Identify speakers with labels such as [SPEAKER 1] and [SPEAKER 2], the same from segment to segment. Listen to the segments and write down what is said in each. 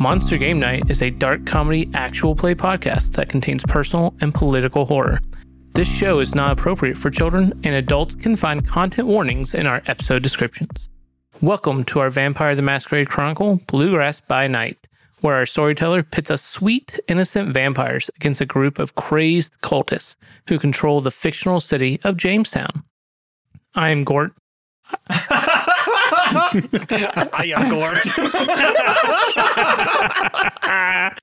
[SPEAKER 1] Monster Game Night is a dark comedy actual play podcast that contains personal and political horror. This show is not appropriate for children, and adults can find content warnings in our episode descriptions. Welcome to our Vampire the Masquerade Chronicle Bluegrass by Night, where our storyteller pits us sweet, innocent vampires against a group of crazed cultists who control the fictional city of Jamestown. I am Gort,
[SPEAKER 2] I am Gort.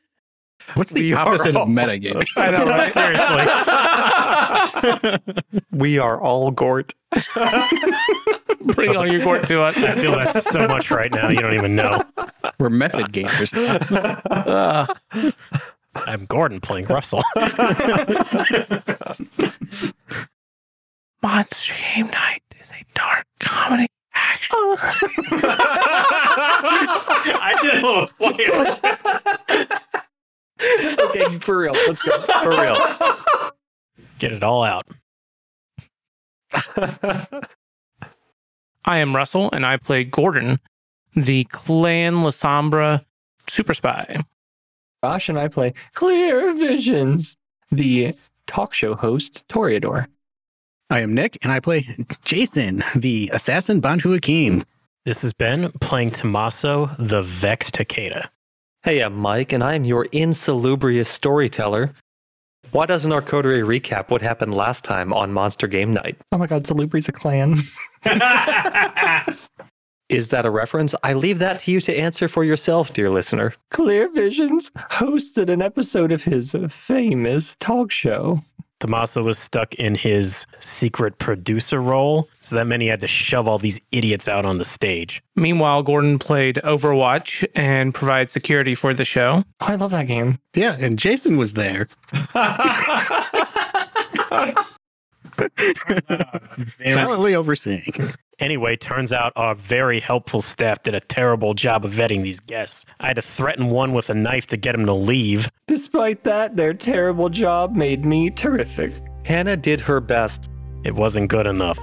[SPEAKER 3] What's the
[SPEAKER 2] We are
[SPEAKER 3] opposite
[SPEAKER 2] all-
[SPEAKER 3] of metagaming?
[SPEAKER 2] I know, right? Seriously. We are all Gort.
[SPEAKER 1] Bring all your Gort to us.
[SPEAKER 4] I feel that so much right now. You don't even know.
[SPEAKER 3] We're method gamers.
[SPEAKER 1] Uh,
[SPEAKER 4] I'm Gordon playing Russell.
[SPEAKER 1] Monster Game Night is a dark comedy action.
[SPEAKER 4] I did a little play.
[SPEAKER 2] Okay, for real. Let's go. For real.
[SPEAKER 4] Get it all out.
[SPEAKER 1] I am Russell, and I play Gordon, the Clan Lasombra super spy.
[SPEAKER 2] Josh and I play Clear Visions, the talk show host, Toreador.
[SPEAKER 3] I am Nick, and I play Jason, the assassin Banhu Akeem.
[SPEAKER 4] This is Ben playing Tommaso, the vexed Takeda.
[SPEAKER 5] Hey, I'm Mike, and I'm your insalubrious storyteller. Why doesn't our coterie recap what happened last time on Monster Game Night?
[SPEAKER 2] Oh my God, Salubri's a clan.
[SPEAKER 5] Is that a reference? I leave that to you to answer for yourself, dear listener.
[SPEAKER 2] Clear Visions hosted an episode of his famous talk show.
[SPEAKER 4] Tommaso was stuck in his secret producer role, so that meant he had to shove all these idiots out on the stage.
[SPEAKER 1] Meanwhile, Gordon played Overwatch and provides security for the show.
[SPEAKER 2] Oh, I love that game.
[SPEAKER 3] Yeah, and Jason was there. Silently overseeing.
[SPEAKER 4] Anyway, turns out our very helpful staff did a terrible job of vetting these guests. I had to threaten one with a knife to get him to leave.
[SPEAKER 2] Despite that, their terrible job made me terrific.
[SPEAKER 5] Hannah did her best.
[SPEAKER 4] It wasn't good enough.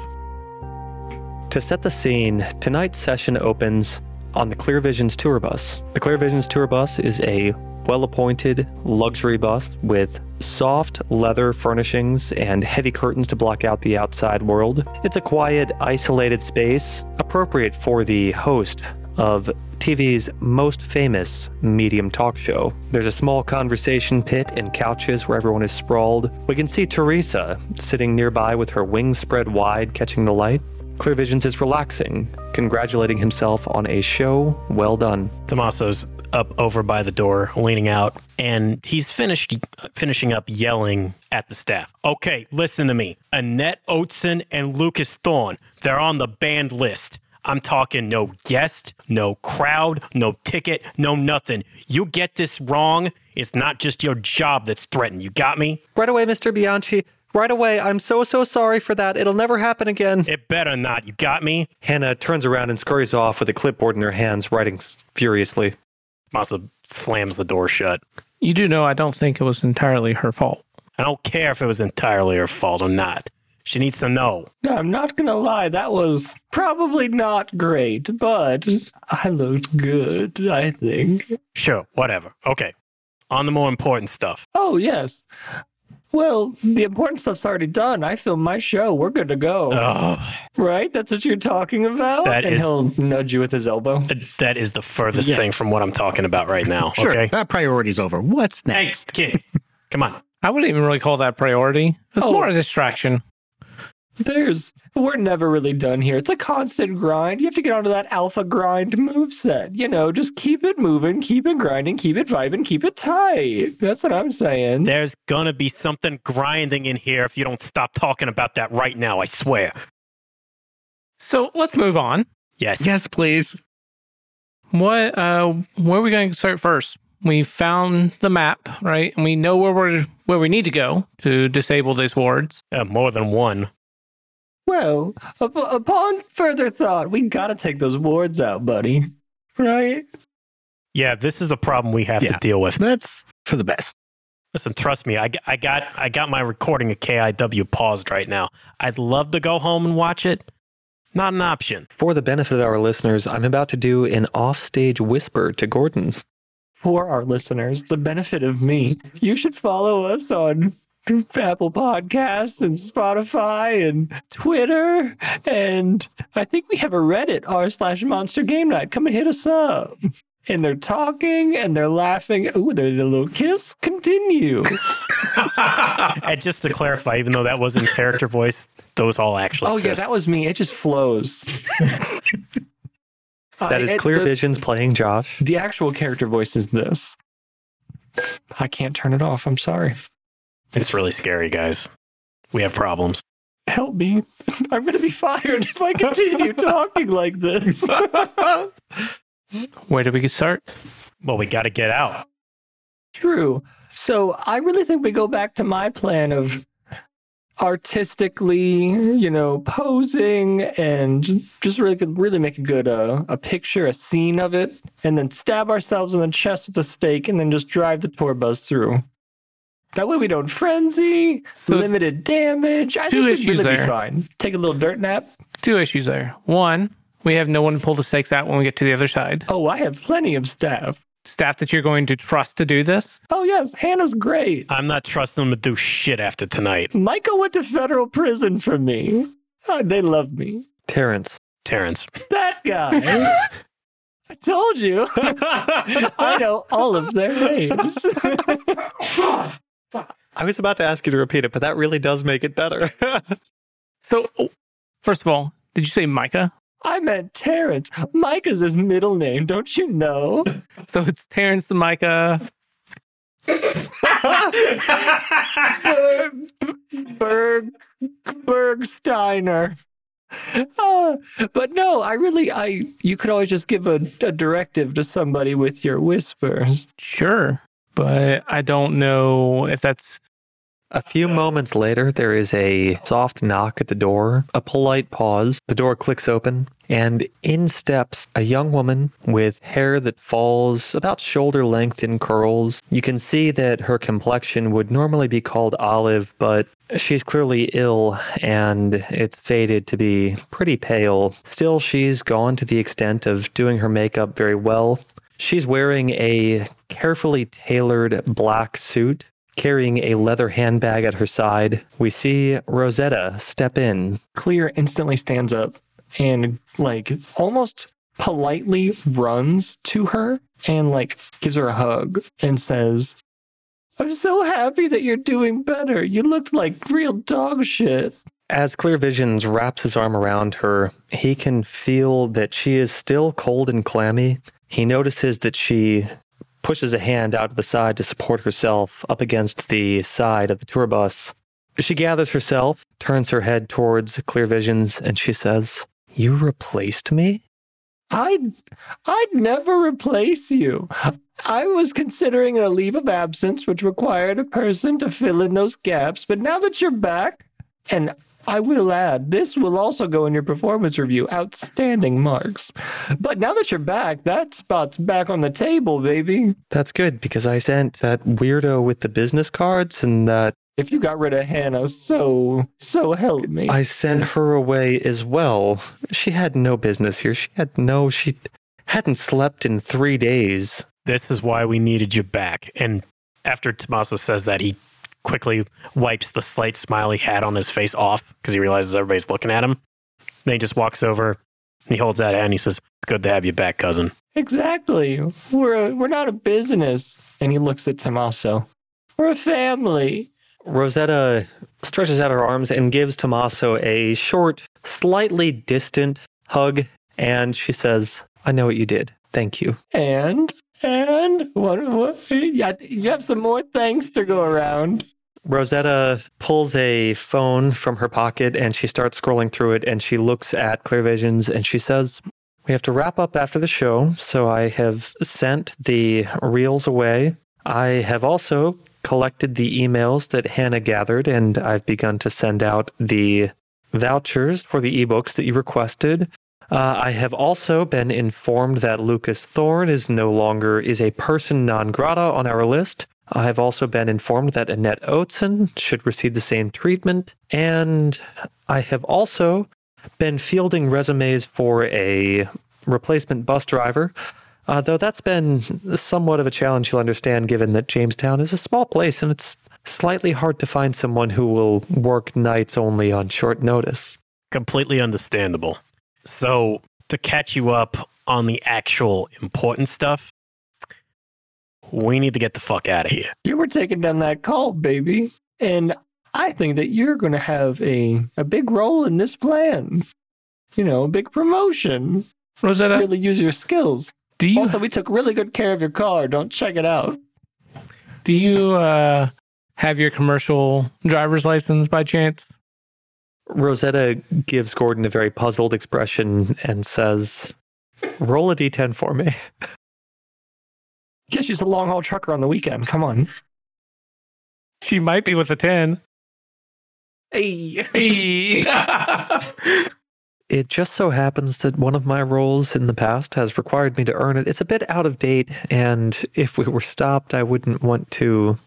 [SPEAKER 5] To set the scene, tonight's session opens on the Clear Visions tour bus. The Clear Visions tour bus is a well appointed luxury bus with soft leather furnishings and heavy curtains to block out the outside world. It's a quiet, isolated space appropriate for the host of TV's most famous medium talk show. There's a small conversation pit and couches where everyone is sprawled. We can see Teresa sitting nearby with her wings spread wide, catching the light. Clear Visions is relaxing, congratulating himself on a show well done.
[SPEAKER 4] Tommaso's up over by the door, leaning out, and he's finished finishing up yelling at the staff. Okay, listen to me. Annette Oatson and Lucas Thorne, they're on the banned list. I'm talking no guest, no crowd, no ticket, no nothing. You get this wrong, it's not just your job that's threatened. You got me?
[SPEAKER 5] Right away, Mr. Bianchi. Right away. I'm so, so sorry for that. It'll never happen again.
[SPEAKER 4] It better not. You got me?
[SPEAKER 5] Hannah turns around and scurries off with a clipboard in her hands, writing s- furiously.
[SPEAKER 4] Tommaso slams the door shut.
[SPEAKER 1] You do know I don't think it was entirely her fault.
[SPEAKER 4] I don't care if it was entirely her fault or not. She needs to know.
[SPEAKER 2] I'm not gonna lie, that was probably not great, but I looked good, I think.
[SPEAKER 4] Sure, whatever. Okay. On the more important stuff.
[SPEAKER 2] Oh, yes. Well, the important stuff's already done. I filmed my show. We're good to go.
[SPEAKER 4] Oh,
[SPEAKER 2] right? That's what you're talking about?
[SPEAKER 4] That
[SPEAKER 2] and
[SPEAKER 4] is-
[SPEAKER 2] he'll nudge you with his elbow.
[SPEAKER 4] that is the furthest
[SPEAKER 3] Yes.
[SPEAKER 4] thing from what I'm talking about right now.
[SPEAKER 3] Sure,
[SPEAKER 4] Okay.
[SPEAKER 3] that priority's over. What's next?
[SPEAKER 4] Thanks, kid. Come on.
[SPEAKER 1] I wouldn't even really call that priority. It's
[SPEAKER 2] Oh.
[SPEAKER 1] more a distraction.
[SPEAKER 2] There's we're never really done here. It's a constant grind. You have to get onto that alpha grind moveset. You know, just keep it moving, keep it grinding, keep it vibing, keep it tight. That's what I'm saying.
[SPEAKER 4] There's going to be something grinding in here if you don't stop talking about that right now. I swear.
[SPEAKER 1] So let's move on.
[SPEAKER 4] Yes.
[SPEAKER 3] Yes, please.
[SPEAKER 1] What? Uh, where are we going to start first? We found the map, right? And we know where we're where we need to go to disable these wards.
[SPEAKER 4] Uh, more than one.
[SPEAKER 2] Well, up- upon further thought, we gotta take those wards out, buddy. Right?
[SPEAKER 4] Yeah, this is a problem we have
[SPEAKER 3] Yeah.
[SPEAKER 4] to deal with.
[SPEAKER 3] That's for the best.
[SPEAKER 4] Listen, trust me. I, g- I got I got my recording of KIW paused right now. I'd love to go home and watch it. Not an option.
[SPEAKER 5] For the benefit of our listeners, I'm about to do an offstage whisper to Gordon.
[SPEAKER 2] for our listeners, the benefit of me, you should follow us on Apple Podcasts and Spotify and Twitter. And I think we have a Reddit r slash monster game night. Come and hit us up. And they're talking and they're laughing. Ooh, there's a little kiss. Continue.
[SPEAKER 4] And just to clarify, even though that wasn't character voice, those all actually
[SPEAKER 2] oh, yeah,
[SPEAKER 4] exist.
[SPEAKER 2] that was me. It just flows.
[SPEAKER 5] That is Clear
[SPEAKER 2] vision.
[SPEAKER 5] Visions playing Josh.
[SPEAKER 2] The actual character voice is this. I can't turn it off. I'm sorry.
[SPEAKER 4] It's really scary, guys. We have problems.
[SPEAKER 2] Help me. I'm going to be fired if I continue talking like this.
[SPEAKER 6] Where do we start?
[SPEAKER 4] Well, we got to get out.
[SPEAKER 2] True. So I really think we go back to my plan of artistically, you know, posing and just really could really make a good uh, a picture, a scene of it, and then stab ourselves in the chest with a stake, and then just drive the tour bus through. That way we don't frenzy,
[SPEAKER 6] So-
[SPEAKER 2] limited damage. I
[SPEAKER 6] Two
[SPEAKER 2] think we'd
[SPEAKER 6] issues
[SPEAKER 2] really be
[SPEAKER 6] there.
[SPEAKER 2] fine. Take a little dirt nap.
[SPEAKER 6] Two issues there. One, we have no one pull the stakes out when we get to the other side.
[SPEAKER 2] Oh, I have plenty of staff.
[SPEAKER 6] Staff that you're going to trust to do this.
[SPEAKER 2] Oh yes, Hannah's great.
[SPEAKER 4] I'm not trusting them to do shit after tonight,
[SPEAKER 2] Michael went to federal prison for me. Oh, they love me.
[SPEAKER 5] Terrence.
[SPEAKER 4] Terrence.
[SPEAKER 2] That guy. I told you. I know all of their names.
[SPEAKER 5] I was about to ask you to repeat it, but that really does make it better.
[SPEAKER 6] So, oh, first of all, did you say Micah?
[SPEAKER 2] I meant Terrence. Micah's his middle name, don't you know?
[SPEAKER 6] So it's Terrence and Micah.
[SPEAKER 2] Berg, Berg, Bergsteiner. Uh, but no, I really, I you could always just give a, a directive to somebody with your whispers.
[SPEAKER 6] Sure. But I don't know if that's
[SPEAKER 5] A few moments later, there is a soft knock at the door, a polite pause. The door clicks open, and in steps a young woman with hair that falls about shoulder length in curls. You can see that her complexion would normally be called olive, but she's clearly ill and it's faded to be pretty pale. Still, she's gone to the extent of doing her makeup very well. She's wearing a carefully tailored black suit carrying a leather handbag at her side. We see Rosetta step in.
[SPEAKER 2] Clear instantly stands up and like almost politely runs to her and like gives her a hug and says, I'm so happy that you're doing better. You looked like real dog shit.
[SPEAKER 5] As Clear Visions wraps his arm around her, he can feel that she is still cold and clammy. He notices that she pushes a hand out to the side to support herself up against the side of the tour bus. She gathers herself, turns her head towards Clear Visions, and she says, You replaced me?
[SPEAKER 2] I'd I'd never replace you. I was considering a leave of absence, which required a person to fill in those gaps, but now that you're back, and I will add, this will also go in your performance review. Outstanding marks. But now that you're back, that spot's back on the table, baby.
[SPEAKER 5] That's good because I sent that weirdo with the business cards and that
[SPEAKER 2] If you got rid of Hannah, so so help me.
[SPEAKER 5] I sent her away as well. She had no business here. She had no, she hadn't slept in three days.
[SPEAKER 4] This is why we needed you back. And after Tommaso says that, he quickly wipes the slight smile he had on his face off because he realizes everybody's looking at him. Then he just walks over and he holds out a hand. and He says, It's good to have you back, cousin.
[SPEAKER 2] Exactly. We're a, we're not a business. And he looks at Tommaso. We're a family.
[SPEAKER 5] Rosetta stretches out her arms and gives Tommaso a short, slightly distant hug. And she says, I know what you did. Thank you.
[SPEAKER 2] And and what what yeah, you have some more things to go around.
[SPEAKER 5] Rosetta pulls a phone from her pocket and she starts scrolling through it and she looks at Clear Visions and she says, We have to wrap up after the show, so I have sent the reels away. I have also collected the emails that Hannah gathered and I've begun to send out the vouchers for the ebooks that you requested. Uh, I have also been informed that Lucas Thorne is no longer is a person non grata on our list. I have also been informed that Annette Oatson should receive the same treatment, and I have also been fielding resumes for a replacement bus driver. Uh, though that's been somewhat of a challenge, you'll understand, given that Jamestown is a small place and it's slightly hard to find someone who will work nights only on short notice.
[SPEAKER 4] Completely understandable. So, to catch you up on the actual important stuff, we need to get the fuck out of here.
[SPEAKER 2] You were taking down that call, baby. And I think that you're going to have a, a big role in this plan. You know, a big promotion.
[SPEAKER 5] Uh,
[SPEAKER 1] Rosetta,
[SPEAKER 2] Really use your skills.
[SPEAKER 1] do you
[SPEAKER 2] Also, we took really good care of your car. Don't check it out.
[SPEAKER 1] do you uh, have your commercial driver's license by chance?
[SPEAKER 5] Rosetta gives Gordon a very puzzled expression and says, Roll a d10 for me.
[SPEAKER 2] Yeah, she's a long haul trucker on the weekend. Come on.
[SPEAKER 1] She might be with a ten.
[SPEAKER 5] Hey.
[SPEAKER 1] Hey.
[SPEAKER 5] It just so happens that one of my roles in the past has required me to earn it. It's a bit out of date, and if we were stopped, I wouldn't want to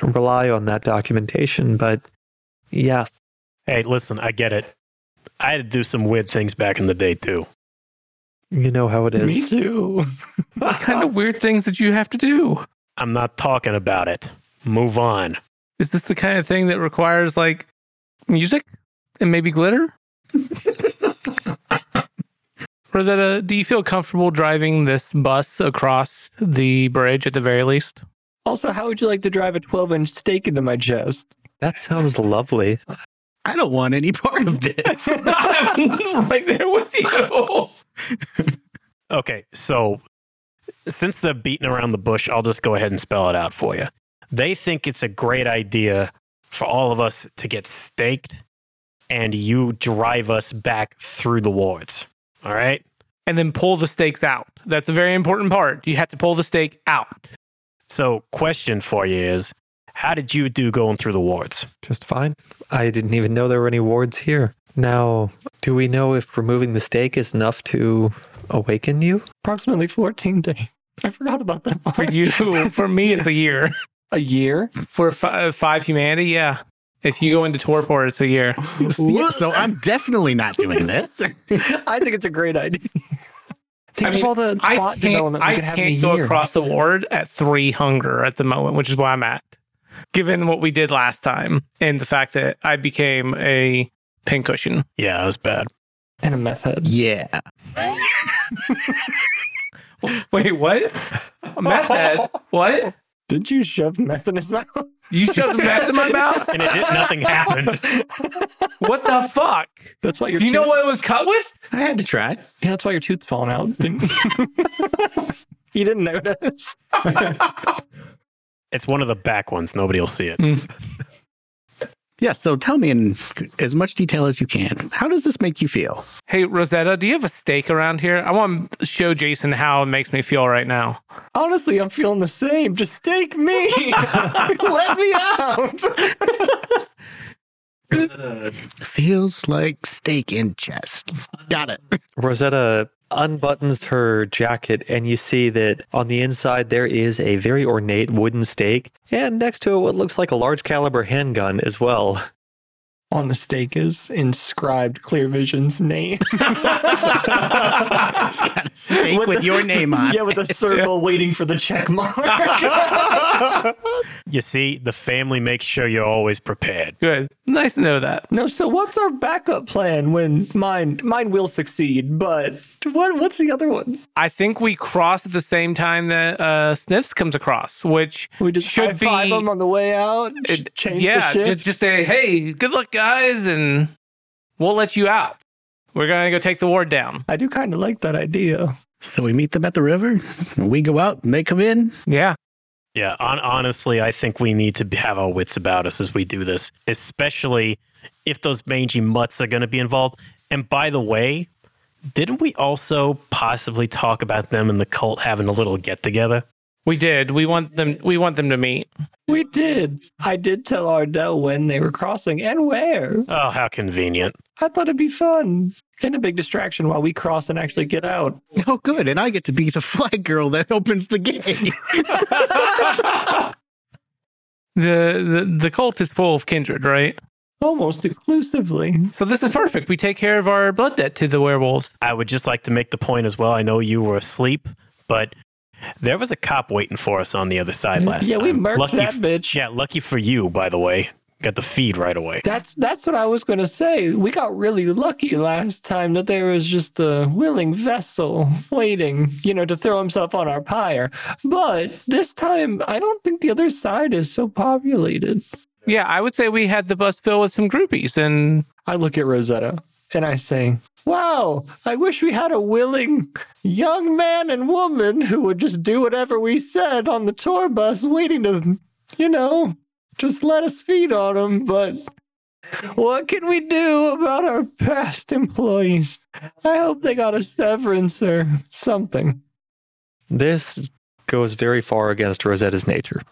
[SPEAKER 5] rely on that documentation. But yes,
[SPEAKER 4] Hey, listen, I get it. I had to do some weird things back in the day, too.
[SPEAKER 5] you know how it is.
[SPEAKER 2] Me too.
[SPEAKER 1] what kind of weird things that you have to do?
[SPEAKER 4] I'm not talking about it. Move on.
[SPEAKER 1] Is this the kind of thing that requires like music and maybe glitter? Rosetta, do you feel comfortable driving this bus across the bridge at the very least?
[SPEAKER 2] Also, how would you like to drive a 12 inch stake into my chest?
[SPEAKER 5] That sounds lovely.
[SPEAKER 3] I don't want any part of this.
[SPEAKER 1] I'm right there with you.
[SPEAKER 4] Okay, so since they're beating around the bush, I'll just go ahead and spell it out for you. They think it's a great idea for all of us to get staked and you drive us back through the wards. All right?
[SPEAKER 1] And then pull the stakes out. That's a very important part. You have to pull the stake out.
[SPEAKER 4] So, question for you is how did you do going through the wards?
[SPEAKER 5] Just fine. I didn't even know there were any wards here. Now, do we know if removing the stake is enough to awaken you?
[SPEAKER 2] Approximately 14 days. I forgot about that part.
[SPEAKER 1] For you, for me, it's a year.
[SPEAKER 2] A year?
[SPEAKER 1] For fi- uh, five humanity, yeah. If you go into torpor, it's a year.
[SPEAKER 3] so I'm definitely not doing this.
[SPEAKER 2] I think it's a great idea. Think
[SPEAKER 1] I mean,
[SPEAKER 2] of all the
[SPEAKER 1] I
[SPEAKER 2] plot
[SPEAKER 1] can't,
[SPEAKER 2] development we
[SPEAKER 1] I
[SPEAKER 2] could have in a
[SPEAKER 1] can't go
[SPEAKER 2] year.
[SPEAKER 1] across the ward at three hunger at the moment, which is why I'm at. Given what we did last time and the fact that I became a pincushion.
[SPEAKER 4] Yeah, it was bad.
[SPEAKER 2] and a method.
[SPEAKER 3] Yeah.
[SPEAKER 1] Wait, what? meth head? What?
[SPEAKER 2] Didn't you shove meth in his mouth?
[SPEAKER 1] You shoved meth in my mouth?
[SPEAKER 4] And it did nothing happened.
[SPEAKER 1] What the fuck?
[SPEAKER 2] That's why your
[SPEAKER 1] Do you
[SPEAKER 2] tooth,
[SPEAKER 1] know what it was cut with?
[SPEAKER 3] I had to try.
[SPEAKER 2] yeah, that's why your tooth's falling out. you didn't notice.
[SPEAKER 4] It's one of the back ones. Nobody will see it.
[SPEAKER 3] Yeah, so tell me in as much detail as you can. How does this make you feel?
[SPEAKER 1] Hey, Rosetta, do you have a steak around here? I want to show Jason how it makes me feel right now.
[SPEAKER 2] Honestly, I'm feeling the same. Just take me. Let me out.
[SPEAKER 3] Feels like steak in chest. Got it.
[SPEAKER 5] Rosetta unbuttons her jacket, and you see that on the inside there is a very ornate wooden stake, and next to it, what looks like a large caliber handgun as well.
[SPEAKER 2] On the stake is inscribed Clear Vision's name.
[SPEAKER 3] It's got a steak with, your name on.
[SPEAKER 2] yeah, with a circle waiting for the check mark.
[SPEAKER 4] You see, the family makes sure you're always prepared.
[SPEAKER 1] Good. Nice to know that.
[SPEAKER 2] no, so what's our backup plan when mine mine will succeed, but what what's the other one?
[SPEAKER 1] I think we cross at the same time that uh, Sniffs comes across, which
[SPEAKER 2] We just
[SPEAKER 1] should
[SPEAKER 2] high five
[SPEAKER 1] be
[SPEAKER 2] them on the way out. ch-
[SPEAKER 1] it-
[SPEAKER 2] change
[SPEAKER 1] yeah,
[SPEAKER 2] the
[SPEAKER 1] ju-
[SPEAKER 2] shift.
[SPEAKER 1] Just, say, hey, good luck, guys, and we'll let you out. We're gonna go take the ward down.
[SPEAKER 2] I do kind of like that idea.
[SPEAKER 3] So we meet them at the river. We go out and they come in.
[SPEAKER 1] Yeah,
[SPEAKER 4] Yeah, on, honestly, I think we need to be- have our wits about us as we do this, especially if those mangy mutts are going to be involved. And by the way, didn't we also possibly talk about them and the cult having a little get together?
[SPEAKER 1] we did. We want them. We want them to meet.
[SPEAKER 2] We did. I did tell Ardell when they were crossing and where.
[SPEAKER 4] Oh, how convenient.
[SPEAKER 2] I thought it'd be fun and a big distraction while we cross and actually get out.
[SPEAKER 3] Oh, good. And I get to be the flag girl that opens the gate.
[SPEAKER 1] The, the the cult is full of kindred, right?
[SPEAKER 2] Almost exclusively.
[SPEAKER 1] So this is perfect. We take care of our blood debt to the werewolves.
[SPEAKER 4] I would just like to make the point as well. I know you were asleep, but there was a cop waiting for us on the other side last
[SPEAKER 2] Mm-hmm. yeah,
[SPEAKER 4] time.
[SPEAKER 2] we murked
[SPEAKER 4] lucky
[SPEAKER 2] that
[SPEAKER 4] f-
[SPEAKER 2] bitch.
[SPEAKER 4] yeah, lucky for you, by the way. Got the feed right away.
[SPEAKER 2] That's that's what I was gonna say. We got really lucky last time that there was just a willing vessel waiting, you know, to throw himself on our pyre. But this time, I don't think the other side is so populated.
[SPEAKER 1] Yeah, I would say we had the bus filled with some groupies, and
[SPEAKER 2] I look at Rosetta and I say, "Wow, I wish we had a willing young man and woman who would just do whatever we said on the tour bus, waiting to, you know, just let us feed on them." But what can we do about our past employees? I hope they got a severance or something.
[SPEAKER 5] This goes very far against Rosetta's nature.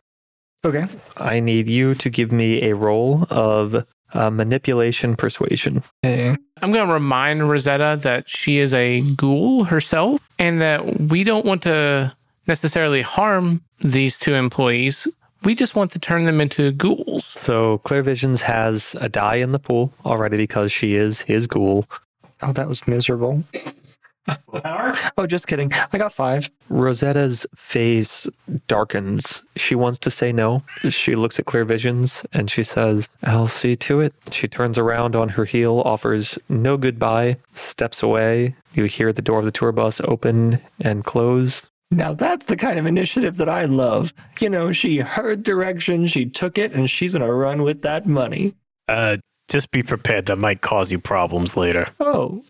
[SPEAKER 2] Okay.
[SPEAKER 5] I need you to give me a roll of uh, manipulation persuasion.
[SPEAKER 1] I'm going to remind Rosetta that she is a ghoul herself and that we don't want to necessarily harm these two employees. We just want to turn them into ghouls.
[SPEAKER 5] So Claire Visions has a die in the pool already because she is his ghoul.
[SPEAKER 2] Oh, that was miserable. Oh, just kidding. I got five.
[SPEAKER 5] Rosetta's face darkens. She wants to say no. She looks at Clear Visions and she says, I'll see to it. She turns around on her heel, offers no goodbye, steps away. You hear the door of the tour bus open and close.
[SPEAKER 2] Now that's the kind of initiative that I love. You know, she heard direction, she took it, and she's gonna run with that money.
[SPEAKER 4] Uh, just be prepared. That might cause you problems later.
[SPEAKER 2] Oh,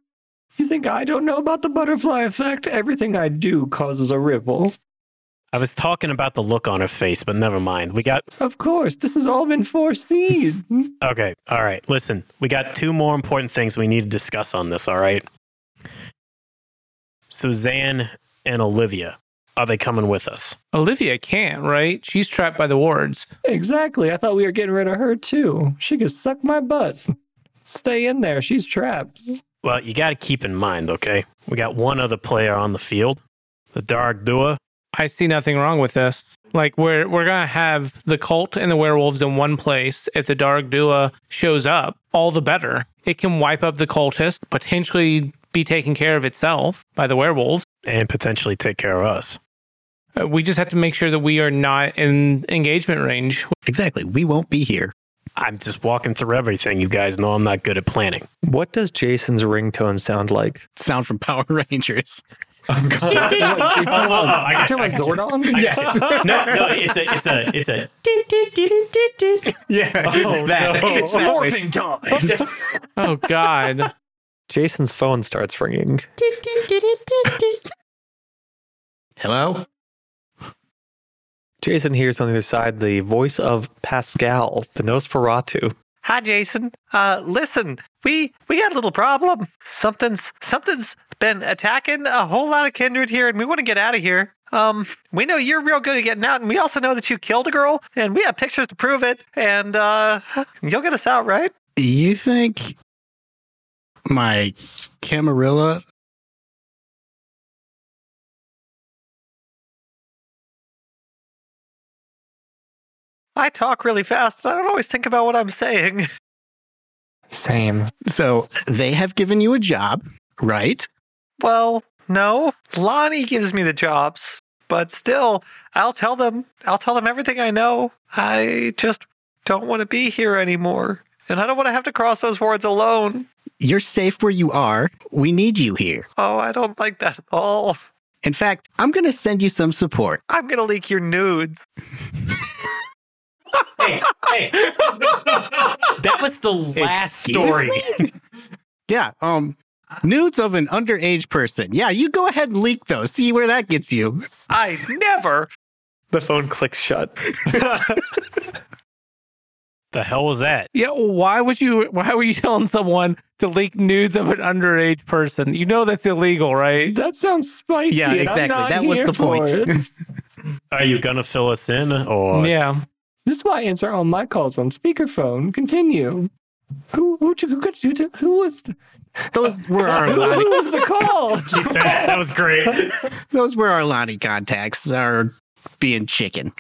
[SPEAKER 2] you think I don't know about the butterfly effect? Everything I do causes a ripple.
[SPEAKER 4] I was talking about the look on her face, but never mind. We got
[SPEAKER 2] Of course, this has all been foreseen.
[SPEAKER 4] Okay. All right. Listen, we got two more important things we need to discuss on this. All right. Suzanne and Olivia, are they coming with us?
[SPEAKER 1] Olivia can't, right? She's trapped by the wards.
[SPEAKER 2] exactly. I thought we were getting rid of her too. She could suck my butt. Stay in there. She's trapped.
[SPEAKER 4] Well, you got to keep in mind, okay? We got one other player on the field, the Dark Dua.
[SPEAKER 1] I see nothing wrong with this. Like we're we're gonna have the cult and the werewolves in one place. If the Dark Dua shows up, all the better. It can wipe up the cultist, potentially be taken care of itself by the werewolves.
[SPEAKER 4] And potentially take care of us.
[SPEAKER 1] Uh, We just have to make sure that we are not in engagement range.
[SPEAKER 3] Exactly. We won't be here.
[SPEAKER 4] I'm just walking through everything. You guys know I'm not good at planning.
[SPEAKER 5] What does Jason's ringtone sound like?
[SPEAKER 3] Sound from Power Rangers.
[SPEAKER 4] Oh, oh, oh, I got-
[SPEAKER 2] Tell
[SPEAKER 4] I
[SPEAKER 2] my
[SPEAKER 4] got you.
[SPEAKER 2] Zordon.
[SPEAKER 4] Yes. No, no, it's a, it's a, it's a.
[SPEAKER 3] Yeah. that. Exactly.
[SPEAKER 2] Morphing time.
[SPEAKER 1] Oh God!
[SPEAKER 5] Jason's phone starts ringing.
[SPEAKER 3] Hello?
[SPEAKER 5] Jason hears on the other side the voice of Pascal, the Nosferatu. Hi, Jason. Uh, listen, we we got a little problem. Something's something's been attacking a whole lot of kindred here, and we want to get out of here. Um, we know you're real good at getting out, and we also know that you killed a girl, and we have pictures to prove it. And uh, you'll get us out, right?
[SPEAKER 3] You think my Camarilla
[SPEAKER 5] I talk really fast. And I don't always think about what I'm saying.
[SPEAKER 2] Same.
[SPEAKER 3] So they have given you a job, right?
[SPEAKER 5] Well, no. Lonnie gives me the jobs, but still, I'll tell them. I'll tell them everything I know. I just don't want to be here anymore, and I don't want to have to cross those wards alone.
[SPEAKER 3] You're safe where you are. We need you here.
[SPEAKER 5] Oh, I don't like that at all.
[SPEAKER 3] In fact, I'm going to send you some support.
[SPEAKER 5] I'm gonna leak your nudes.
[SPEAKER 4] That was the last
[SPEAKER 3] Excuse
[SPEAKER 4] story.
[SPEAKER 3] me? yeah, um nudes of an underage person. Yeah, you go ahead and leak those. See where that gets you.
[SPEAKER 5] I never. The phone clicks shut.
[SPEAKER 4] The hell was that?
[SPEAKER 1] Yeah, why would you? Why were you telling someone to leak nudes of an underage person? You know that's illegal, right?
[SPEAKER 2] That sounds spicy.
[SPEAKER 3] Yeah,
[SPEAKER 2] and I'm
[SPEAKER 3] exactly.
[SPEAKER 2] not
[SPEAKER 3] That was
[SPEAKER 2] here
[SPEAKER 3] the
[SPEAKER 2] for
[SPEAKER 3] point.
[SPEAKER 2] it.
[SPEAKER 4] Are you gonna fill us in, or
[SPEAKER 1] Yeah,
[SPEAKER 2] This is why I answer all my calls on speakerphone. Continue. Who who who who, who was the,
[SPEAKER 3] Those were our
[SPEAKER 2] who,
[SPEAKER 3] Lonnie,
[SPEAKER 2] was the call?
[SPEAKER 4] keep that? That was great.
[SPEAKER 3] those were our Lonnie contacts are being chicken.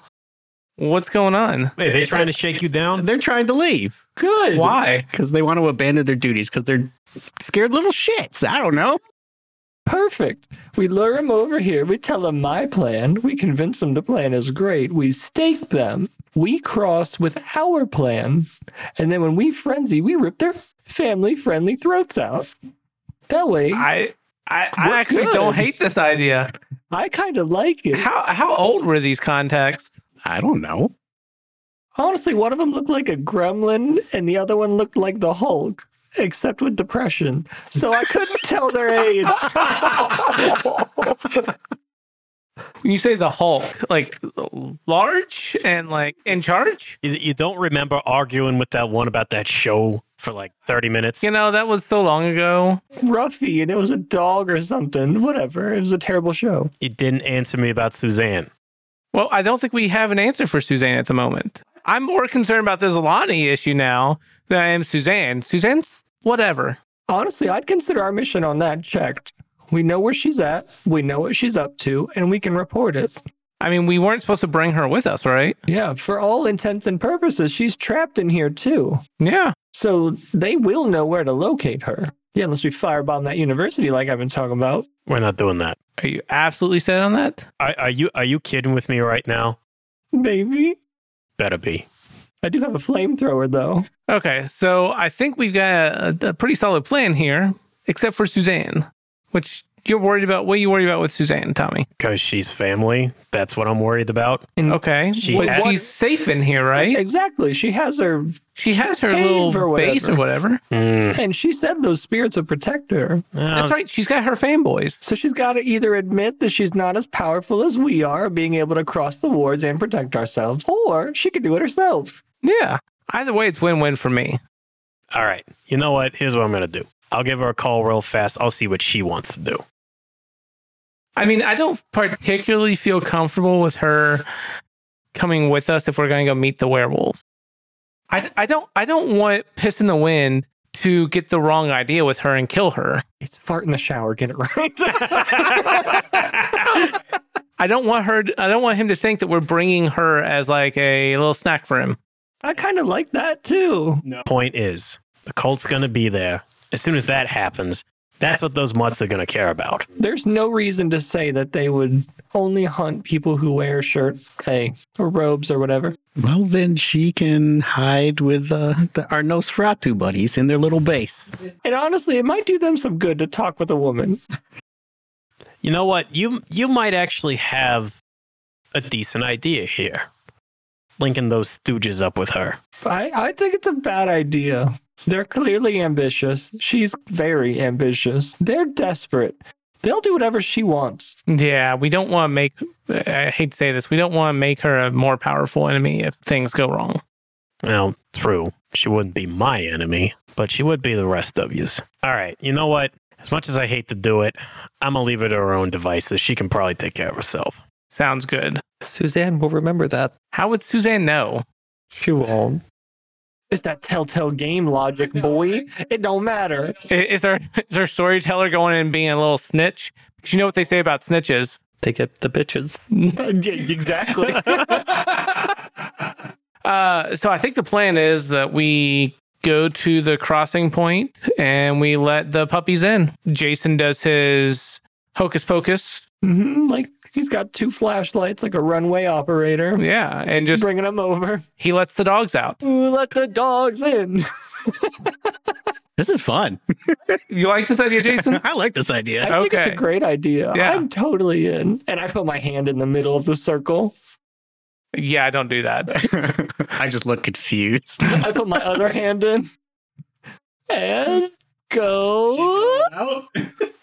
[SPEAKER 1] what's going on?
[SPEAKER 4] Wait, they trying to shake you down?
[SPEAKER 3] They're trying to leave
[SPEAKER 2] Good.
[SPEAKER 1] Why?
[SPEAKER 3] because they want to abandon their duties because they're scared little shits. I don't know.
[SPEAKER 2] Perfect. We lure him over here. We tell him my plan. We convince him the plan is great. We stake them. We cross with our plan. And then when we frenzy, we rip their family friendly throats out. That way, I,
[SPEAKER 1] I I, I
[SPEAKER 2] We're
[SPEAKER 1] actually
[SPEAKER 2] good.
[SPEAKER 1] don't hate this idea.
[SPEAKER 2] kind of like it.
[SPEAKER 1] How how old were these contacts?
[SPEAKER 3] I don't know.
[SPEAKER 2] Honestly, one of them looked like a gremlin and the other one looked like the Hulk, except with depression. So I couldn't tell their age.
[SPEAKER 1] When you say the Hulk, like large and like in charge?
[SPEAKER 4] You, you don't remember arguing with that one about that show for like 30 minutes?
[SPEAKER 1] You know, that was so long ago.
[SPEAKER 2] Ruffy, and it was a dog or something. Whatever. It was a terrible show.
[SPEAKER 4] you didn't answer me about Suzanne.
[SPEAKER 1] Well, I don't think we have an answer for Suzanne at the moment. I'm more concerned about this Lonnie issue now than I am Suzanne. Suzanne's whatever.
[SPEAKER 2] Honestly, I'd consider our mission on that checked. We know where she's at, we know what she's up to, and we can report it.
[SPEAKER 1] I mean, we weren't supposed to bring her with us, right?
[SPEAKER 2] Yeah, for all intents and purposes, she's trapped in here too.
[SPEAKER 1] Yeah.
[SPEAKER 2] So they will know where to locate her. Yeah, unless we firebomb that university like I've been talking about.
[SPEAKER 4] We're not doing that.
[SPEAKER 1] Are you absolutely set on that?
[SPEAKER 4] Are, are you are you kidding with me right now?
[SPEAKER 2] Maybe.
[SPEAKER 4] Better be.
[SPEAKER 2] I do have a flamethrower though.
[SPEAKER 1] Okay, so I think we've got a, a pretty solid plan here, except for Suzanne, which you're worried about. What are you worried about with Suzanne, Tommy?
[SPEAKER 4] Because she's family. That's what I'm worried about.
[SPEAKER 1] Okay,
[SPEAKER 4] She
[SPEAKER 1] but
[SPEAKER 4] has-
[SPEAKER 1] she's safe in here, right?
[SPEAKER 2] Exactly. She has her,
[SPEAKER 1] She has her
[SPEAKER 2] Cave
[SPEAKER 1] little
[SPEAKER 2] or
[SPEAKER 1] base or whatever.
[SPEAKER 4] Mm,
[SPEAKER 2] and she said those spirits would protect her.
[SPEAKER 1] That's
[SPEAKER 4] uh,
[SPEAKER 1] right. She's got her fanboys.
[SPEAKER 2] So she's got to either admit that she's not as powerful as we are, being able to cross the wards and protect ourselves, or she could do it herself.
[SPEAKER 1] Yeah. Either way, it's win-win for me.
[SPEAKER 4] All right. You know what? Here's what I'm going to do. I'll give her a call real fast. I'll see what she wants to do.
[SPEAKER 1] I mean, I don't particularly feel comfortable with her coming with us if we're going to go meet the werewolves. I, I don't I don't want piss in the wind to get the wrong idea with her and kill her.
[SPEAKER 2] It's a fart in the shower. Get it right.
[SPEAKER 1] I don't want her. I don't want him to think that we're bringing her as like a little snack for him.
[SPEAKER 2] I kind of like that too.
[SPEAKER 4] Point is, the cult's going to be there. As soon as that happens, that's what those mutts are going to care about.
[SPEAKER 2] There's no reason to say that they would only hunt people who wear shirt, hey, or robes or whatever.
[SPEAKER 3] Well, then she can hide with uh, the, our Nosferatu buddies in their little base.
[SPEAKER 2] And honestly, it might do them some good to talk with a woman.
[SPEAKER 4] You know what? You you might actually have a decent idea here. Linking those stooges up with her.
[SPEAKER 2] I, I think it's a bad idea. They're clearly ambitious. She's very ambitious. They're desperate. They'll do whatever she wants.
[SPEAKER 1] Yeah, we don't want to make. I hate to say this. We don't want to make her a more powerful enemy if things go wrong.
[SPEAKER 4] Well, true. She wouldn't be my enemy, but she would be the rest of yous. All right. You know what? As much as I hate to do it, I'm gonna leave her to her own devices. She can probably take care of herself.
[SPEAKER 1] Sounds good.
[SPEAKER 5] Suzanne will remember that.
[SPEAKER 1] How would Suzanne know?
[SPEAKER 5] She won't.
[SPEAKER 2] It's that telltale game logic, boy. It don't matter.
[SPEAKER 1] I- Is there is there storyteller going in and being a little snitch? Because you know what they say about snitches.
[SPEAKER 5] They get the bitches.
[SPEAKER 2] exactly.
[SPEAKER 1] Uh, so I think the plan is that we go to the crossing point and we let the puppies in. Jason does his hocus pocus.
[SPEAKER 2] hmm Like he's got two flashlights, like a runway operator,
[SPEAKER 1] Yeah, and just
[SPEAKER 2] bringing them over.
[SPEAKER 1] he lets the dogs out.
[SPEAKER 2] Ooh, let the dogs in.
[SPEAKER 3] This is fun.
[SPEAKER 1] You like this idea, Jason?
[SPEAKER 3] I like this
[SPEAKER 2] I
[SPEAKER 3] idea.
[SPEAKER 2] think it's a
[SPEAKER 1] Okay.
[SPEAKER 2] great idea.
[SPEAKER 1] Yeah.
[SPEAKER 2] I'm totally in. And I put my hand in the middle of the circle.
[SPEAKER 1] yeah, I don't do that.
[SPEAKER 3] I just look confused.
[SPEAKER 2] I put my other hand in. And go.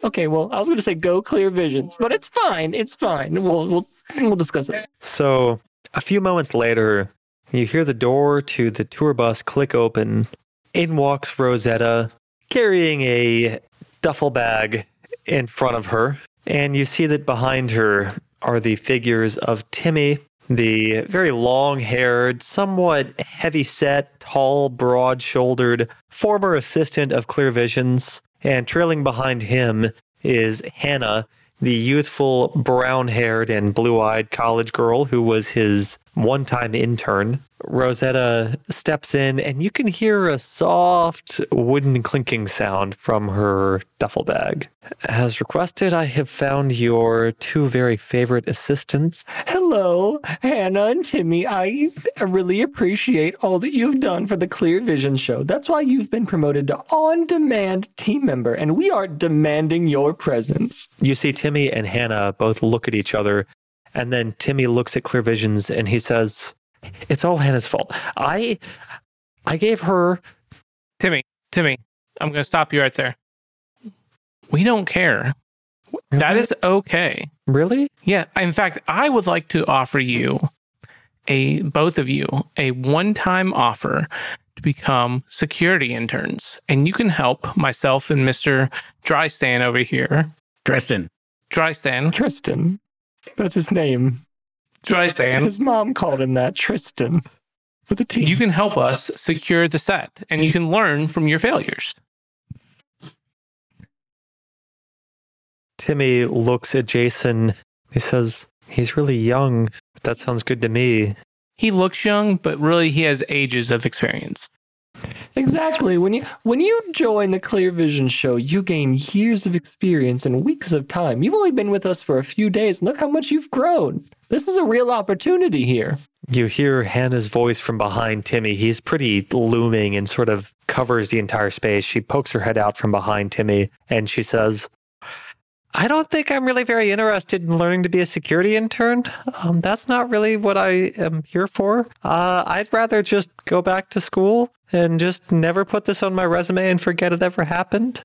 [SPEAKER 2] Okay, well, I was going to say go clear visions, but it's fine. It's fine. We'll we'll we'll discuss it.
[SPEAKER 5] So a few moments later, you hear the door to the tour bus click open. In walks Rosetta, carrying a duffel bag in front of her. And you see that behind her are the figures of Timmy, the very long haired, somewhat heavy set, tall, broad shouldered former assistant of Clear Visions. And trailing behind him is Hannah, the youthful, brown haired, and blue eyed college girl who was his one time intern. Rosetta steps in, and you can hear a soft wooden clinking sound from her duffel bag. As requested, I have found your two very favorite assistants.
[SPEAKER 2] Hello, Hannah and Timmy. I really appreciate all that you've done for the Clear Vision Show. That's why you've been promoted to on demand team member, and we are demanding your presence.
[SPEAKER 5] You see Timmy and Hannah both look at each other, and then Timmy looks at Clear Visions and he says, "It's all Hannah's fault. I, I gave her
[SPEAKER 1] Timmy, Timmy, I'm going to stop you right there. We don't care. That is okay.
[SPEAKER 5] really
[SPEAKER 1] Yeah. In fact, I would like to offer you a both of you a one-time offer to become security interns, and you can help myself and Mister Drystan over here.
[SPEAKER 3] Dresden.
[SPEAKER 1] Drystan,
[SPEAKER 2] Tristan. That's his name.
[SPEAKER 1] Drystan.
[SPEAKER 2] His mom called him that, Tristan. With a T.
[SPEAKER 1] You can help us secure the set, and you can learn from your failures.
[SPEAKER 5] Timmy looks at Jason. He says, He's really young, but that sounds good to me.
[SPEAKER 1] He looks young, but really he has ages of experience.
[SPEAKER 2] Exactly. When you when you join the Clear Vision show, you gain years of experience and weeks of time. You've only been with us for a few days, and look how much you've grown. This is a real opportunity here.
[SPEAKER 5] You hear Hannah's voice from behind Timmy. He's pretty looming and sort of covers the entire space. She pokes her head out from behind Timmy and she says, I don't think I'm really very interested in learning to be a security intern. Um, that's not really what I am here for. Uh, I'd rather just go back to school and just never put this on my resume and forget it ever happened.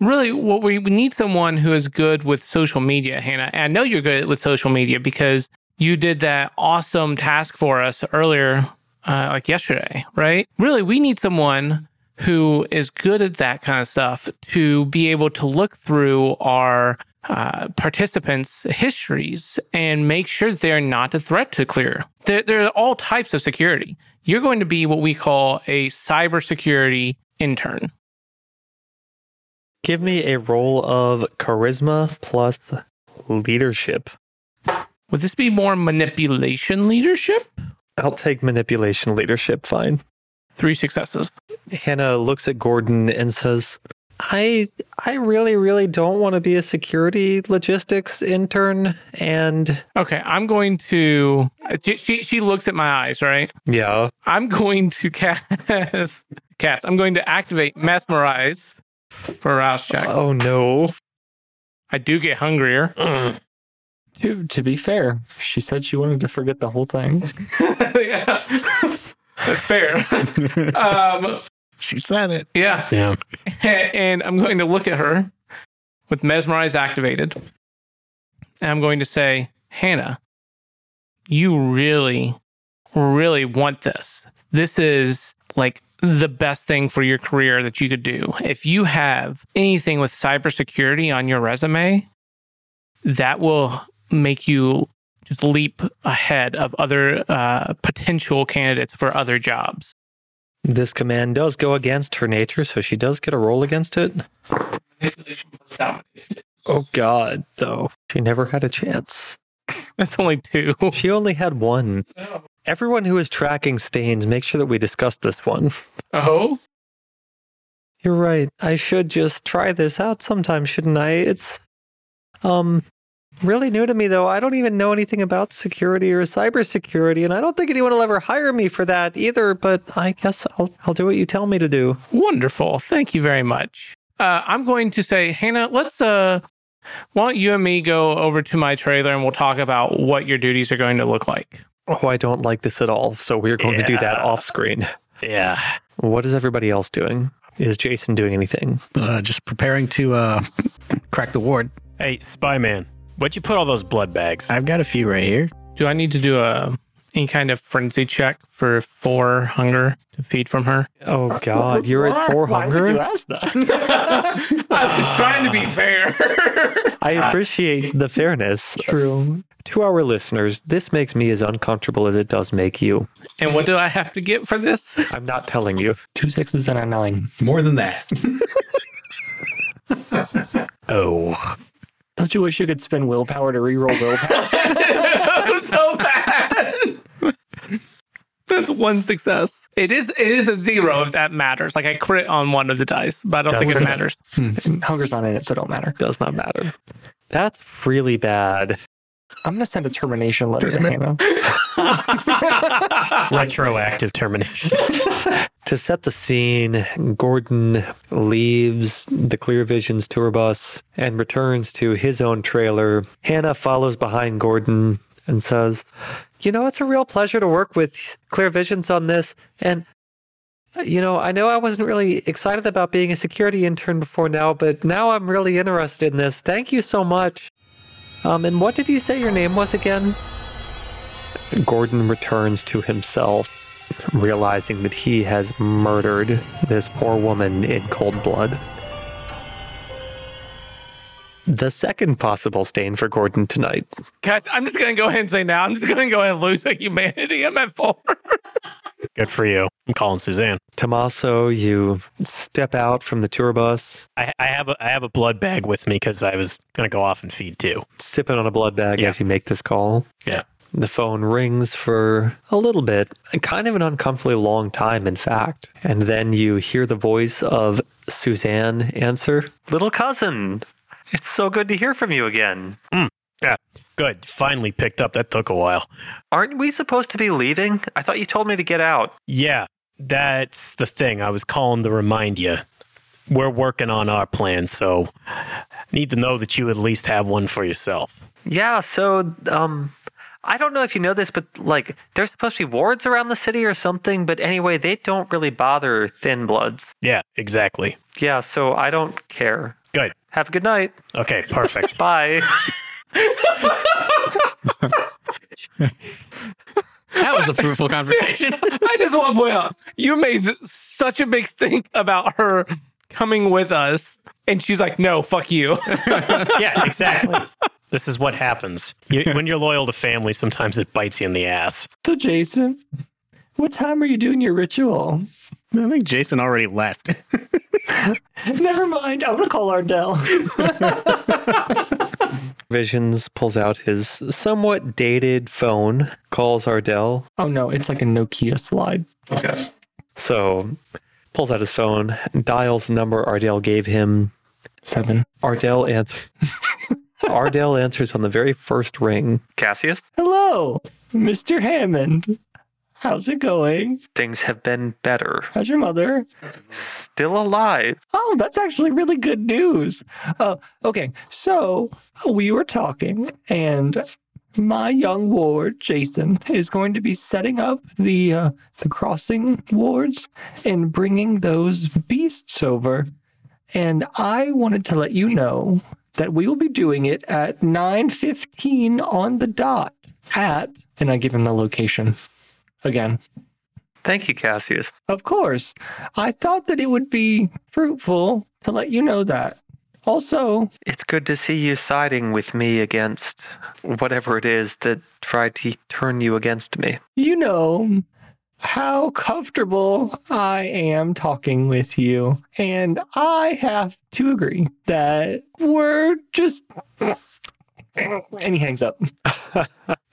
[SPEAKER 1] Really, what we, we need someone who is good with social media, Hannah. And I know you're good with social media because you did that awesome task for us earlier, uh, like yesterday, right? Really, we need someone who is good at that kind of stuff to be able to look through our uh, participants' histories and make sure that they're not a threat to clear. There, there are all types of security. You're going to be what we call a cybersecurity intern.
[SPEAKER 5] Give me a roll of charisma plus leadership.
[SPEAKER 1] Would this be more manipulation leadership?
[SPEAKER 5] I'll take manipulation leadership, fine.
[SPEAKER 1] Three successes.
[SPEAKER 5] Hannah looks at Gordon and says, I I really, really don't want to be a security logistics intern. And
[SPEAKER 1] Okay, I'm going to. she- She she looks at my eyes, right?
[SPEAKER 5] yeah,
[SPEAKER 1] I'm going to cast cast. I'm going to activate mesmerize for a rouse check.
[SPEAKER 5] oh no.
[SPEAKER 1] I do get hungrier.
[SPEAKER 2] To to be fair, she said she wanted to forget the whole thing.
[SPEAKER 1] yeah, that's fair. um,
[SPEAKER 3] She said it.
[SPEAKER 1] yeah,
[SPEAKER 4] Yeah.
[SPEAKER 1] and I'm going to look at her with mesmerize activated, and I'm going to say, Hannah, you really, really want this. This is like the best thing for your career that you could do. If you have anything with cybersecurity on your resume, that will make you just leap ahead of other uh, potential candidates for other jobs.
[SPEAKER 5] This command does go against her nature, so she does get a roll against it. Oh god, though. She never had a chance.
[SPEAKER 1] That's only two.
[SPEAKER 5] She only had one.
[SPEAKER 1] Oh.
[SPEAKER 5] Everyone who is tracking stains, make sure that we discuss this one.
[SPEAKER 1] Oh,
[SPEAKER 5] You're right. I should just try this out sometime, shouldn't I? It's um really new to me though. I don't even know anything about security or cybersecurity, and I don't think anyone will ever hire me for that either, but I guess I'll I'll do what you tell me to do.
[SPEAKER 1] Wonderful. Thank you very much. Uh, I'm going to say, Hannah, let's, uh, why don't you and me go over to my trailer and we'll talk about what your duties are going to look like?
[SPEAKER 5] Oh, I don't like this at all, so we're going to do that
[SPEAKER 4] Yeah.
[SPEAKER 5] off screen.
[SPEAKER 4] Yeah.
[SPEAKER 5] What is everybody else doing? Is Jason doing anything?
[SPEAKER 3] Uh, just preparing to uh, crack the ward.
[SPEAKER 4] Hey, Spy Man, where'd you put all those blood bags?
[SPEAKER 3] I've got a few right here.
[SPEAKER 1] Do I need to do a any kind of frenzy check for four hunger to feed from her?
[SPEAKER 5] Oh god, you're at four
[SPEAKER 2] Why would you
[SPEAKER 5] hunger?
[SPEAKER 2] ask that?
[SPEAKER 1] I was trying to be fair.
[SPEAKER 5] I appreciate the fairness.
[SPEAKER 2] True.
[SPEAKER 5] To our listeners, this makes me as uncomfortable as it does make you.
[SPEAKER 1] and what do I have to get for this?
[SPEAKER 5] I'm not telling you.
[SPEAKER 2] Two sixes and a nine.
[SPEAKER 3] More than that.
[SPEAKER 4] Oh.
[SPEAKER 2] Don't you wish you could spend willpower to reroll willpower?
[SPEAKER 1] so bad. That's one success. It is it is a zero if that matters. Like I crit on one of the dice, but I don't think it
[SPEAKER 4] Doesn't-
[SPEAKER 1] matters.
[SPEAKER 2] Hmm. Hunger's not in it, so it don't matter.
[SPEAKER 5] Does not matter. That's really bad.
[SPEAKER 2] I'm gonna send a termination letter to Hannah.
[SPEAKER 4] Retroactive termination.
[SPEAKER 5] To set the scene, Gordon leaves the Clear Visions tour bus and returns to his own trailer. Hannah follows behind Gordon and says, You know, it's a real pleasure to work with Clear Visions on this. And, you know, I know I wasn't really excited about being a security intern before now, but now I'm really interested in this. Thank you so much. Um, and what did you say your name was again? Gordon returns to himself realizing that he has murdered this poor woman in cold blood. The second possible stain for Gordon tonight.
[SPEAKER 1] Guys, I'm just gonna go ahead and say now. I'm just gonna go ahead and lose like humanity. I'm at four.
[SPEAKER 4] Good for you. I'm calling Suzanne.
[SPEAKER 5] Tommaso, you step out from the tour bus,
[SPEAKER 4] I, I have a I have a blood bag with me because I was gonna go off and feed too.
[SPEAKER 5] sipping on a blood bag
[SPEAKER 4] Yeah.
[SPEAKER 5] as you make this call.
[SPEAKER 4] Yeah.
[SPEAKER 5] The phone rings for a little bit, kind of an uncomfortably long time, in fact. And then you hear the voice of Suzanne answer Little cousin, it's so good to hear from you again.
[SPEAKER 4] Good. Finally picked up. That took a while.
[SPEAKER 5] Aren't we supposed to be leaving? I thought you told me to get out.
[SPEAKER 4] Yeah, that's the thing. I was calling to remind you. We're working on our plan, so need to know that you at least have one for yourself.
[SPEAKER 5] Yeah, so um I don't know if you know this, but like there's supposed to be wards around the city or something, but anyway, they don't really bother thin bloods.
[SPEAKER 4] Yeah, exactly.
[SPEAKER 5] Yeah, so I don't care.
[SPEAKER 4] Good.
[SPEAKER 5] Have a good night.
[SPEAKER 4] Okay, perfect.
[SPEAKER 5] Bye.
[SPEAKER 6] That was a fruitful conversation.
[SPEAKER 1] I just want to point out you made such a big stink about her coming with us, and she's like, "No, fuck you."
[SPEAKER 4] yeah, exactly. This is what happens. You, when you're loyal to family, sometimes it bites you in the ass.
[SPEAKER 2] so Jason, what time are you doing your ritual?
[SPEAKER 3] I think Jason already left.
[SPEAKER 2] Never mind. I'm gonna call Ardell.
[SPEAKER 5] Visions pulls out his somewhat dated phone, calls Ardell,
[SPEAKER 2] Oh no, it's like a Nokia slide.
[SPEAKER 5] so pulls out his phone, dials the number Ardell gave him,
[SPEAKER 2] Seven.
[SPEAKER 5] Ardell answers. Ardell answers on the very first ring. Cassius,
[SPEAKER 2] Hello, Mr. Hammond. How's it going?
[SPEAKER 5] things have been better.
[SPEAKER 2] How's your mother?
[SPEAKER 5] Still alive.
[SPEAKER 2] Oh, that's actually really good news. Uh, okay, so we were talking, and my young ward Jason is going to be setting up the uh, the crossing wards and bringing those beasts over. And I wanted to let you know that we will be doing it at nine fifteen on the dot at, and I give him the location again.
[SPEAKER 5] Thank you, Cassius.
[SPEAKER 2] Of course. I thought that it would be fruitful to let you know that. Also,
[SPEAKER 5] It's good to see you siding with me against whatever it is that tried to turn you against me.
[SPEAKER 2] you know how comfortable I am talking with you. And I have to agree that we're just. And he hangs up.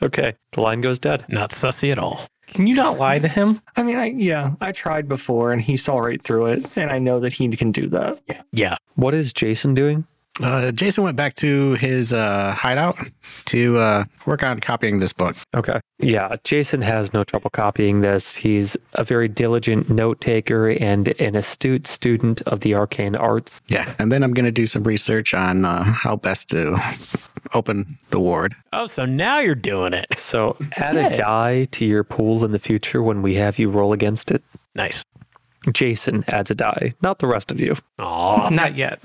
[SPEAKER 5] Okay, the line goes dead.
[SPEAKER 4] Not sussy at all.
[SPEAKER 1] Can you not lie to him?
[SPEAKER 2] I mean, I, yeah, I tried before and he saw right through it. And I know that he can do that.
[SPEAKER 4] Yeah,
[SPEAKER 5] What is Jason doing?
[SPEAKER 3] Uh, Jason went back to his uh, hideout to uh, work on copying this book.
[SPEAKER 5] Okay. Yeah, Jason has no trouble copying this. He's a very diligent note taker and an astute student of the arcane arts.
[SPEAKER 3] Yeah, and then I'm going to do some research on uh, how best to open the ward.
[SPEAKER 4] Oh, so now you're doing it.
[SPEAKER 5] So add a die to your pool in the future when we have you roll against it.
[SPEAKER 4] Nice.
[SPEAKER 5] Jason adds a die, not the rest of you.
[SPEAKER 4] Aw.
[SPEAKER 1] Not yet.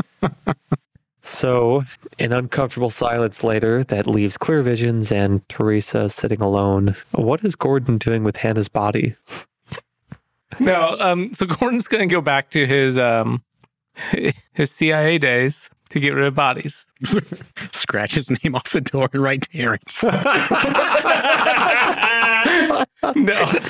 [SPEAKER 5] So, an uncomfortable silence later that leaves Clear Visions and Teresa sitting alone. What is Gordon doing with Hannah's body?
[SPEAKER 1] No. Um. So Gordon's gonna go back to his um his CIA days to get rid of bodies.
[SPEAKER 3] Scratch his name off the door and write Terrence.
[SPEAKER 1] no.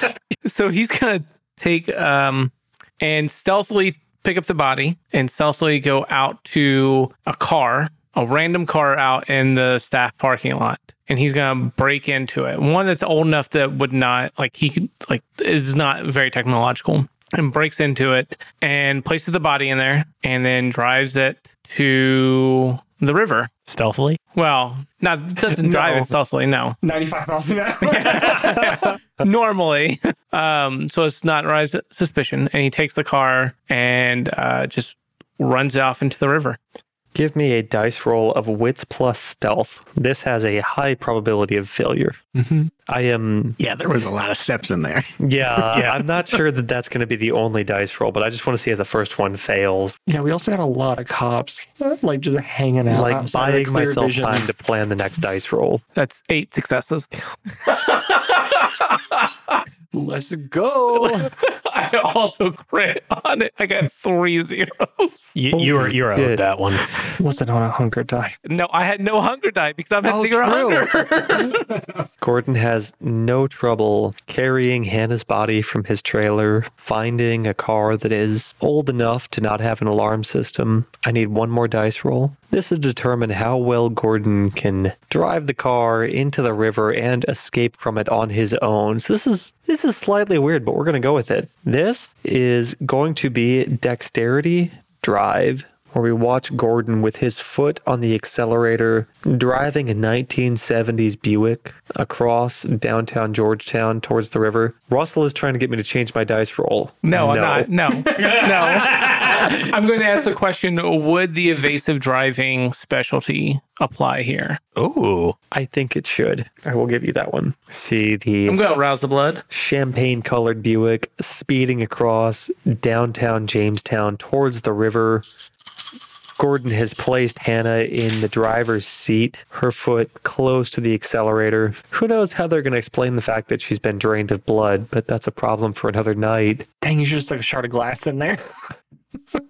[SPEAKER 1] So he's gonna take um and stealthily pick up the body and stealthily go out to a car a random car out in the staff parking lot and he's gonna break into it. One that's old enough that would not like he could like is not very technological and breaks into it and places the body in there and then drives it to the river.
[SPEAKER 4] Stealthily?
[SPEAKER 1] Well, not doesn't drive
[SPEAKER 2] No.
[SPEAKER 1] it stealthily, no.
[SPEAKER 2] 95 miles an hour.
[SPEAKER 1] Normally. Um, so it's not rise suspicion. And he takes the car and uh, just runs off into the river.
[SPEAKER 5] Give me a dice roll of wits plus stealth. This has a high probability of failure. I am,
[SPEAKER 3] Yeah, there was a lot of steps in there.
[SPEAKER 5] yeah,
[SPEAKER 4] Yeah.
[SPEAKER 5] I'm not sure that that's going to be the only dice roll, but I just want to see if the first one fails.
[SPEAKER 2] yeah, we also got a lot of cops, like just hanging out.
[SPEAKER 5] like
[SPEAKER 2] outside of
[SPEAKER 5] buying
[SPEAKER 2] Clear
[SPEAKER 5] myself
[SPEAKER 2] Vision.
[SPEAKER 5] time to plan the next dice roll.
[SPEAKER 1] That's eight successes.
[SPEAKER 2] Let's go.
[SPEAKER 1] I also crit on it. I got three zeros.
[SPEAKER 4] You, you were you were
[SPEAKER 5] shit.
[SPEAKER 4] owed that one.
[SPEAKER 2] Was it on a hunger die?
[SPEAKER 1] No, I had no hunger die because I'm at
[SPEAKER 2] Oh,
[SPEAKER 1] zero
[SPEAKER 2] true.
[SPEAKER 1] hunger.
[SPEAKER 5] Gordon has no trouble carrying Hannah's body from his trailer, finding a car that is old enough to not have an alarm system. I need one more dice roll. This is to determine how well Gordon can drive the car into the river and escape from it on his own. So this is this is slightly weird, but we're gonna go with it. This is going to be dexterity drive where we watch Gordon with his foot on the accelerator driving a 1970s Buick across downtown Georgetown towards the river. Russell is trying to get me to change my dice roll.
[SPEAKER 1] No, I'm not. No, no. I'm going to ask the question Would the evasive driving specialty apply here?
[SPEAKER 4] Ooh.
[SPEAKER 5] I think it should. I will give you that one. See the
[SPEAKER 1] I'm going to rouse the blood.
[SPEAKER 5] champagne colored Buick speeding across downtown Jamestown towards the river. Gordon has placed Hannah in the driver's seat, her foot close to the accelerator. Who knows how they're going to explain the fact that she's been drained of blood, but that's a problem for another night.
[SPEAKER 2] Dang, you should just like a shard of glass in there.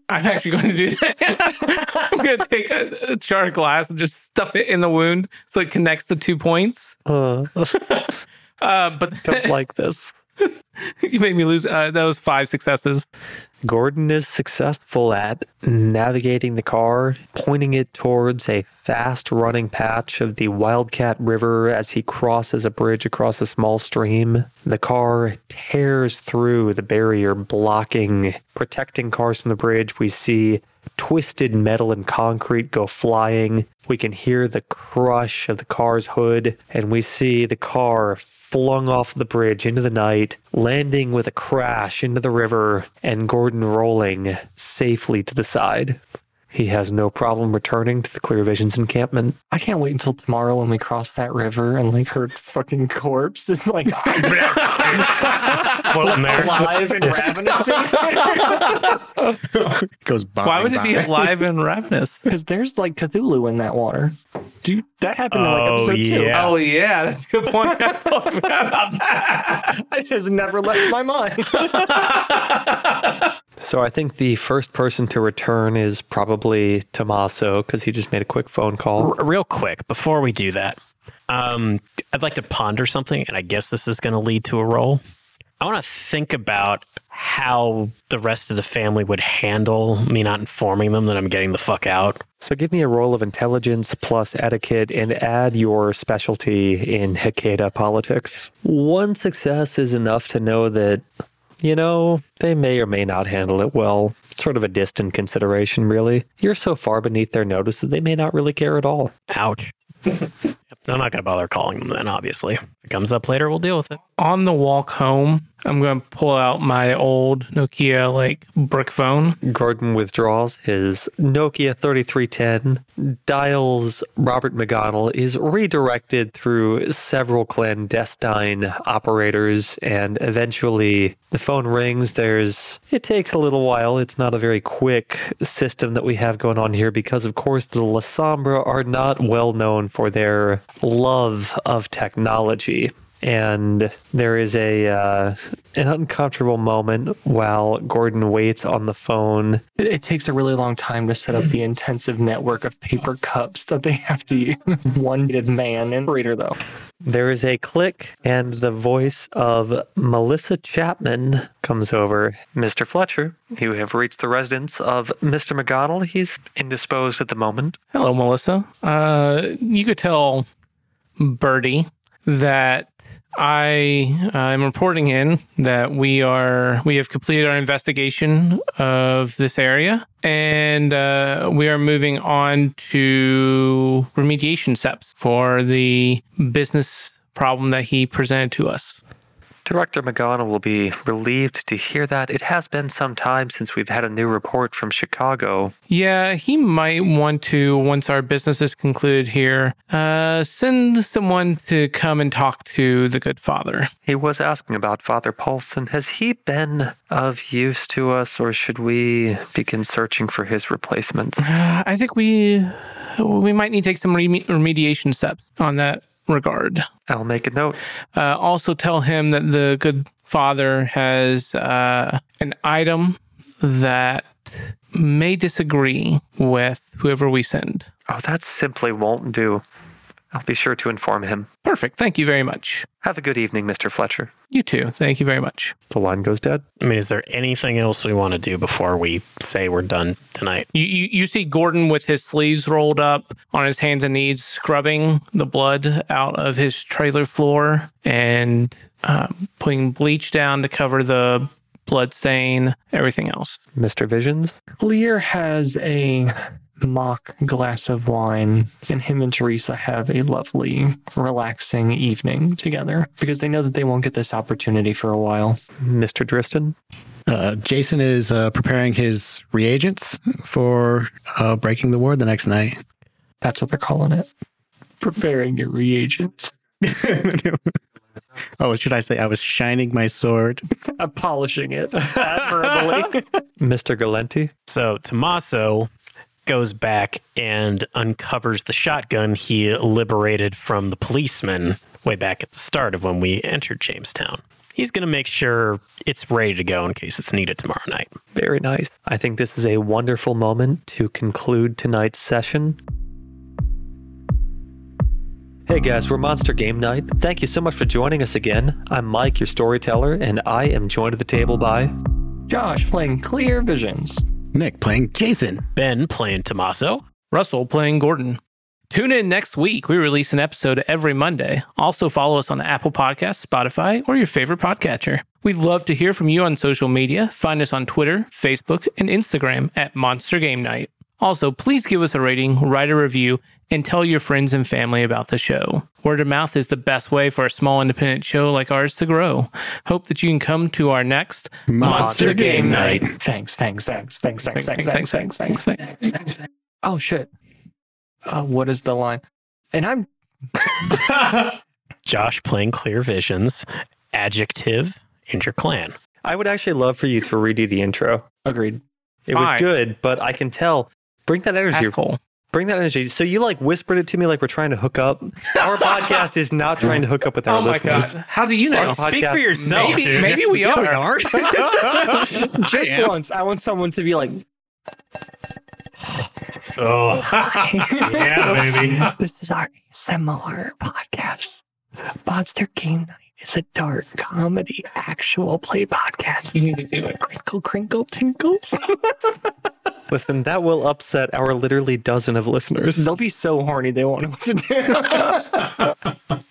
[SPEAKER 1] I'm actually going to do that. I'm going to take a, a shard of glass and just stuff it in the wound so it connects the two points.
[SPEAKER 5] Uh,
[SPEAKER 1] Uh, but
[SPEAKER 5] don't like this.
[SPEAKER 1] you made me lose. Uh, that was five successes.
[SPEAKER 5] Gordon is successful at navigating the car, pointing it towards a fast running patch of the Wildcat River as he crosses a bridge across a small stream. The car tears through the barrier, blocking, protecting cars from the bridge. We see twisted metal and concrete go flying. We can hear the crush of the car's hood, and we see the car flung off the bridge into the night, landing with a crash into the river, and Gordon rolling safely to the side. He has no problem returning to the Clear Visions encampment.
[SPEAKER 2] I can't wait until tomorrow when we cross that river and like her fucking corpse is like
[SPEAKER 4] Floating there.
[SPEAKER 2] alive and ravenous.
[SPEAKER 3] goes by.
[SPEAKER 1] Why would it be alive and ravenous?
[SPEAKER 2] Because there's like Cthulhu in that water. Dude, that happened in like
[SPEAKER 4] Oh,
[SPEAKER 2] episode
[SPEAKER 4] yeah.
[SPEAKER 1] Oh yeah, that's a good point. I totally forgot about that.
[SPEAKER 2] two. I just never left my mind.
[SPEAKER 5] So I think the first person to return is probably Tommaso because he just made a quick phone call.
[SPEAKER 4] R- real quick, before we do that, um, I'd like to ponder something, and I guess this is going to lead to a role. I want to think about how the rest of the family would handle me not informing them that I'm getting the fuck out.
[SPEAKER 5] So give me a roll of intelligence plus etiquette and add your specialty in Hecata politics. One success is enough to know that, you know, they may or may not handle it well. Sort of a distant consideration, really. You're so far beneath their notice that they may not really care at all.
[SPEAKER 4] Ouch. I'm not going to bother calling them then, obviously. If it comes up later, we'll deal with it.
[SPEAKER 1] On the walk home, I'm going to pull out my old Nokia like brick phone.
[SPEAKER 5] Gordon withdraws his Nokia 3310, dials Robert McGonnell, is redirected through several clandestine operators, and eventually the phone rings. There's, it takes a little while. It's not a very quick system that we have going on here because, of course, the La Sombra are not well known for their love of technology and there is a uh, an uncomfortable moment while Gordon waits on the phone.
[SPEAKER 2] It, it takes a really long time to set up the intensive network of paper cups that they have to use. One-handed man and reader though.
[SPEAKER 5] There is a click, and the voice of Melissa Chapman comes over. Mr. Fletcher, you have reached the residence of Mr. McGonnell. He's indisposed at the moment.
[SPEAKER 1] Hello, Melissa. Uh, you could tell Birdie that I uh, am reporting in that we are we have completed our investigation of this area, and uh, we are moving on to remediation steps for the business problem that he presented to us.
[SPEAKER 5] Director McGonnell will be relieved to hear that. It has been some time since we've had a new report from Chicago.
[SPEAKER 1] Yeah, he might want to, once our business is concluded here, uh, send someone to come and talk to the good father.
[SPEAKER 5] He was asking about Father Paulson. Has he been of use to us, or should we begin searching for his replacement?
[SPEAKER 1] Uh, I think we we might need to take some reme- remediation steps on that regard.
[SPEAKER 5] I'll make a note.
[SPEAKER 1] Uh, also, tell him that the good father has uh, an item that may disagree with whoever we send.
[SPEAKER 5] Oh, that simply won't do. I'll be sure to inform him.
[SPEAKER 1] Perfect. Thank you very much.
[SPEAKER 5] Have a good evening, Mr. Fletcher.
[SPEAKER 1] You too. Thank you very much.
[SPEAKER 5] The line goes dead.
[SPEAKER 4] I mean, is there anything else we want to do before we say we're done tonight?
[SPEAKER 1] You, you, you see Gordon with his sleeves rolled up on his hands and knees, scrubbing the blood out of his trailer floor and uh, putting bleach down to cover the blood stain, everything else.
[SPEAKER 5] Mr. Visions,
[SPEAKER 2] Clear has a mock glass of wine, and him and Teresa have a lovely, relaxing evening together because they know that they won't get this opportunity for a while.
[SPEAKER 5] Mr. Driston,
[SPEAKER 3] Uh, Jason is uh, preparing his reagents for uh, breaking the ward the next night.
[SPEAKER 2] That's what they're calling it. Preparing your reagents.
[SPEAKER 3] oh, should I say I was shining my sword?
[SPEAKER 2] I'm polishing it admirably.
[SPEAKER 5] Mr. Galenti,
[SPEAKER 4] So Tommaso goes back and uncovers the shotgun he liberated from the policeman way back at the start of when we entered Jamestown. He's going to make sure it's ready to go in case it's needed tomorrow night.
[SPEAKER 5] Very nice. I think this is a wonderful moment to conclude tonight's session. Hey guys, we're Monster Game Night. Thank you so much for joining us again. I'm Mike, your storyteller, and I am joined at the table by.
[SPEAKER 2] Josh playing Clear Visions.
[SPEAKER 3] Nick playing Jason.
[SPEAKER 4] Ben playing Tommaso.
[SPEAKER 1] Russell playing Gordon. Tune in next week. We release an episode every Monday. Also, follow us on Apple Podcasts, Spotify, or your favorite podcatcher. We'd love to hear from you on social media. Find us on Twitter, Facebook, and Instagram at Monster Game Night. Also, please give us a rating, write a review, and tell your friends and family about the show. Word of mouth is the best way for a small independent show like ours to grow. Hope that you can come to our next
[SPEAKER 3] Monster Game Night.
[SPEAKER 2] Thanks, thanks, thanks, thanks, thanks, thanks, thanks, thanks, thanks, thanks, thanks. Oh shit. Uh, what is the line? And I'm
[SPEAKER 4] Josh playing Clear Visions. Adjective and your clan.
[SPEAKER 5] I would actually love for you to redo the intro.
[SPEAKER 2] agreed.
[SPEAKER 5] It was
[SPEAKER 1] Fine.
[SPEAKER 5] good, but I can tell. Bring that energy.
[SPEAKER 1] asshole.
[SPEAKER 5] Bring that energy. So you like whispered it to me like we're trying to hook up. Our podcast is not trying to hook up with our
[SPEAKER 1] Oh my
[SPEAKER 5] listeners.
[SPEAKER 1] god! How do you know?
[SPEAKER 5] Our podcast-
[SPEAKER 4] yourself,
[SPEAKER 1] maybe, maybe we are.
[SPEAKER 2] Just once, I want someone to be like,
[SPEAKER 4] Oh, yeah, baby.
[SPEAKER 2] "This is our similar podcast. Monster Game Night is a dark comedy actual play podcast. You need to do it. Crinkle, crinkle, tinkles.
[SPEAKER 5] Listen, that will upset our literally dozen of listeners.
[SPEAKER 2] They'll be so horny they won't know what to do.